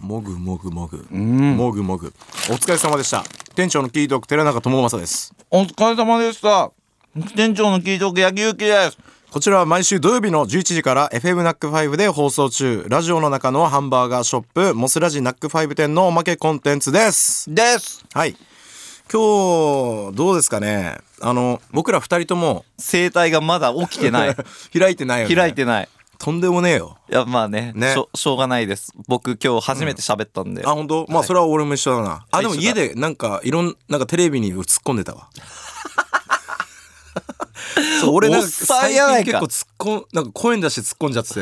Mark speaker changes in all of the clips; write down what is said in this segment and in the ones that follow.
Speaker 1: もぐもぐもぐ、
Speaker 2: うん
Speaker 1: もぐもぐお疲れ様でした店長のキートーク寺中智正です
Speaker 2: お疲れ様でした副店長の聞いておく野球きです
Speaker 1: こちらは毎週土曜日の11時から FM ナック5で放送中ラジオの中のハンバーガーショップモスラジナック5店のおまけコンテンツです
Speaker 2: です
Speaker 1: はい今日どうですかねあの僕ら二人とも
Speaker 2: 生態がまだ起きてない
Speaker 1: 開いてないよね
Speaker 2: 開いてない
Speaker 1: とんでもねえよ
Speaker 2: いやまあね
Speaker 1: ね
Speaker 2: しょしょうがないです僕今日初めて喋ったんで、
Speaker 1: あ本当まあそれは俺も一緒だな、あでも
Speaker 2: 一緒
Speaker 1: 家
Speaker 2: だ
Speaker 1: でなんかいろんなんかテレビに突っ込んでたわそう俺なんか
Speaker 2: おっさんやな
Speaker 1: 最
Speaker 2: いか
Speaker 1: 近結構突っ込んなんか声に出して突っ込んじゃってて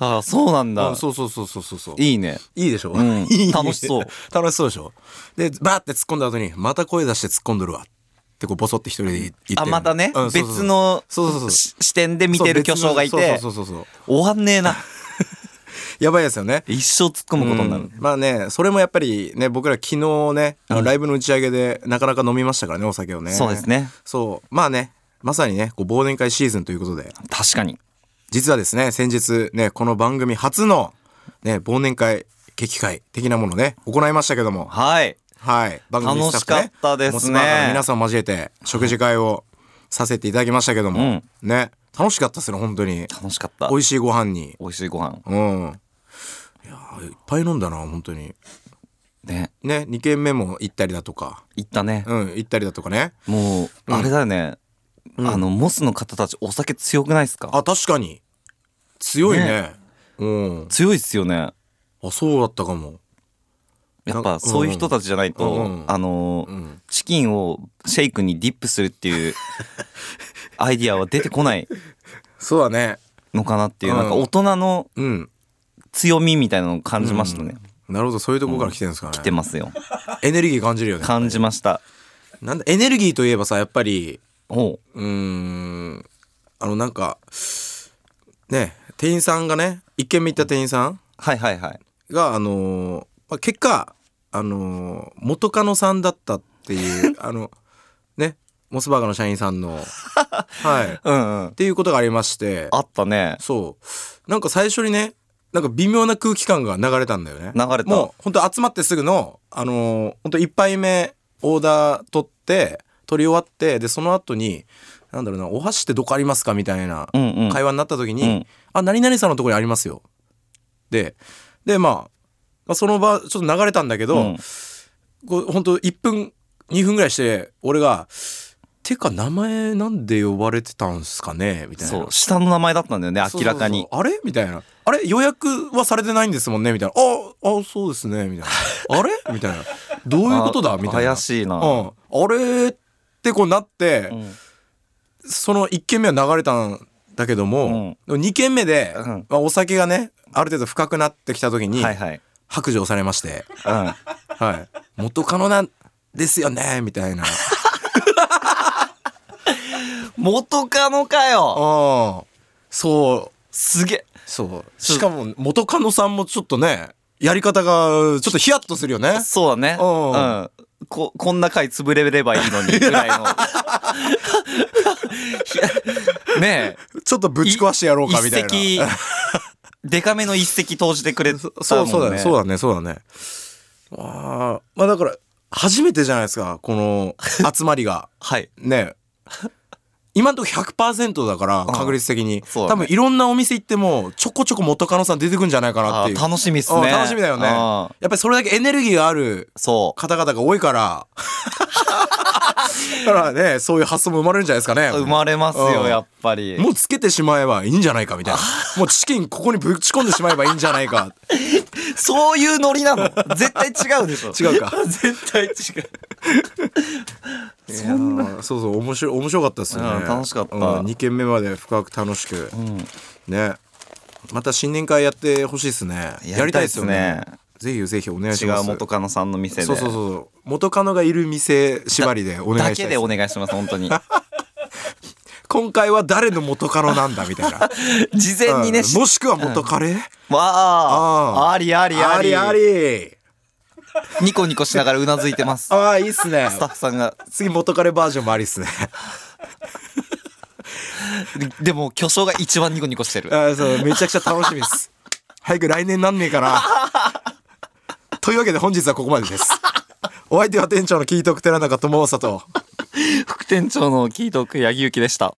Speaker 2: ああそうなんだ
Speaker 1: あそうそうそうそうそうそうい
Speaker 2: いいね
Speaker 1: いいでしょ、
Speaker 2: うん
Speaker 1: いい
Speaker 2: 楽しそう
Speaker 1: 楽しそうでしょでバーって突っ込んだ後にまた声出して突っ込んどるわってこうボソって一人で言ってる
Speaker 2: あまたね、
Speaker 1: うんそうそうそう
Speaker 2: 別の
Speaker 1: そうそうそう
Speaker 2: し視点で見てる巨匠がいて
Speaker 1: そうそうそうそうそう
Speaker 2: 終わんねえな
Speaker 1: やばいですよね
Speaker 2: 一生突っ込むことになる、
Speaker 1: うんまあねそれもやっぱりね僕ら昨日ねあのライブの打ち上げでなかなか飲みましたからねお酒をね
Speaker 2: そうですね
Speaker 1: そうまあねまさにねこう忘年会シーズンということで
Speaker 2: 確かに
Speaker 1: 実はですね先日ねこの番組初のね忘年会劇会的なものね行いましたけども
Speaker 2: はい
Speaker 1: はい番組スタッフ、ね、
Speaker 2: 楽しかったですね
Speaker 1: モスバーガーの皆さんを交えて食事会をさせていただきましたけども、ね楽しかったですね本当に
Speaker 2: 楽しかった
Speaker 1: 美味しいご飯に
Speaker 2: 美味しいご飯
Speaker 1: うんいやーいっぱい飲んだな本当に
Speaker 2: ね
Speaker 1: ね、2軒目も行ったりだとか、
Speaker 2: 行ったね、
Speaker 1: うん、行ったりだとかね。
Speaker 2: もうあれだよね、あのモスの方たちお酒強くないですか
Speaker 1: あ、確かに。強いね。
Speaker 2: ね
Speaker 1: うん。
Speaker 2: 強いっすよね
Speaker 1: あ、そうだったかも。
Speaker 2: やっ
Speaker 1: なん
Speaker 2: ぱ
Speaker 1: か
Speaker 2: そういう人たちじゃないと、
Speaker 1: うんうん
Speaker 2: あのー
Speaker 1: ん
Speaker 2: チキンをシェイクにディップするっ ていうアイディアは出てこない
Speaker 1: そうだね。
Speaker 2: のかなっていう、
Speaker 1: うん
Speaker 2: なんか大人の
Speaker 1: うん。
Speaker 2: 強みみたいなのを感じましたね、
Speaker 1: なるほど、そういうとこから来てるんですかね。
Speaker 2: 来てますよ
Speaker 1: エネルギー感じるよね。
Speaker 2: 感じました
Speaker 1: なんだ、エネルギーといえばさ、やっぱり、
Speaker 2: おう
Speaker 1: うーん、あの、なんか、ね、店員さんがね、一軒目行った店員さん
Speaker 2: はいはいはい
Speaker 1: が、あのーまあ、結果、あのー元カノさんだったって いう、あの、ね、モスバーガーの社員さんの、はい。
Speaker 2: うんうん
Speaker 1: っていうことがありまして
Speaker 2: あったね
Speaker 1: そうなんか最初にねなんか微妙な空気感が流れたんだよね
Speaker 2: 流れた
Speaker 1: もうほんと集まってすぐのあのー、ほんと1杯目オーダー取って取り終わってでその後になんだろうな「お箸ってどこありますか?」みたいな
Speaker 2: うんうん
Speaker 1: 会話になった時に「
Speaker 2: うん
Speaker 1: あ何々さんのとこにありますよ」でで、まあ、まあその場ちょっと流れたんだけど、
Speaker 2: うん
Speaker 1: こう本当1分2分ぐらいして俺が「てか名前なんで呼ばれてたんすかね?」みたいな
Speaker 2: そう下の名前だったんだよね
Speaker 1: そうそうそう
Speaker 2: 明らかに
Speaker 1: あれみたいなあれ予約はされてないんですもんねみたいなああそうですねみたい なあれみたいなどういうことだ
Speaker 2: あ
Speaker 1: みたいな
Speaker 2: 怪しいな、
Speaker 1: うん、あれってこうなって、
Speaker 2: うん
Speaker 1: その1軒目は流れたんだけども、でも2軒目で、
Speaker 2: うん
Speaker 1: まあ、お酒がねある程度深くなってきた時に
Speaker 2: はいはい、
Speaker 1: 白状されま して
Speaker 2: うん、
Speaker 1: はい、元カノなんですよねみ たいな
Speaker 2: 元カノか
Speaker 1: う
Speaker 2: よ
Speaker 1: んそう
Speaker 2: すげえ
Speaker 1: そうしかも元カノさんもちょっとねやり方がちょっとヒヤッとするよね
Speaker 2: そうだね
Speaker 1: う
Speaker 2: うんんここんな回潰れればいいのにぐら いのねえ
Speaker 1: ちょっとぶち壊してやろうかみたいな
Speaker 2: 一石デカめの一石投じてくれたもん、ね、
Speaker 1: そうそうだねそうだねそうだねあーまあだから初めてじゃないですかこの集まりが
Speaker 2: はい
Speaker 1: ね今のところ100%だから確率的に、
Speaker 2: そう
Speaker 1: 多
Speaker 2: だね
Speaker 1: 分いろんなお店行ってもちょこちょこ元カノさん出てくんじゃないかなっ
Speaker 2: あ
Speaker 1: ていう
Speaker 2: ー楽しみっす
Speaker 1: うん
Speaker 2: ね
Speaker 1: 楽しみだよねや
Speaker 2: あ
Speaker 1: っぱりそれだけエネルギーがある
Speaker 2: ーそ
Speaker 1: 方々が多いから だからねそういう発想も生まれるんじゃないですかね
Speaker 2: う生まれますよ、
Speaker 1: うん
Speaker 2: やっぱり
Speaker 1: もうつけてしまえばいいんじゃないかみたいなもうチキンここにぶち込んでしまえばいいんじゃない か
Speaker 2: そういうノリなの絶対違うでしょ
Speaker 1: 違うか
Speaker 2: 絶対違う
Speaker 1: そんなそうそう面白い面白かったですよ
Speaker 2: う
Speaker 1: ね
Speaker 2: ん楽しかった
Speaker 1: 2軒目まで深く楽しく、ねまた新年会やってほしいですね
Speaker 2: やりたい
Speaker 1: よ
Speaker 2: ですね
Speaker 1: ぜひぜひお願いし
Speaker 2: 違
Speaker 1: ます
Speaker 2: う元カノさんの店で
Speaker 1: そうそうそう元カノがいる店縛りでお願
Speaker 2: だ
Speaker 1: いした
Speaker 2: け
Speaker 1: いで
Speaker 2: で
Speaker 1: す
Speaker 2: お願いします本当に
Speaker 1: 今回は誰の元カノなんだみたい な、
Speaker 2: 事前にね、
Speaker 1: うんもしくは元カレ、
Speaker 2: わ
Speaker 1: あ
Speaker 2: あ
Speaker 1: ー
Speaker 2: ありありあり
Speaker 1: あり
Speaker 2: ニコニコしながらうなずいてます
Speaker 1: ああいいっすね
Speaker 2: スタッフさんが
Speaker 1: 次元カレバージョンもありっすね
Speaker 2: でも巨匠が一 番ニコニコしてる
Speaker 1: あそうめちゃくちゃ楽しみです早く来年なんねえかなというわけで本日はここまでですお相手は店長のキートク寺中智久と
Speaker 2: 副店長のキートーク八木由紀でした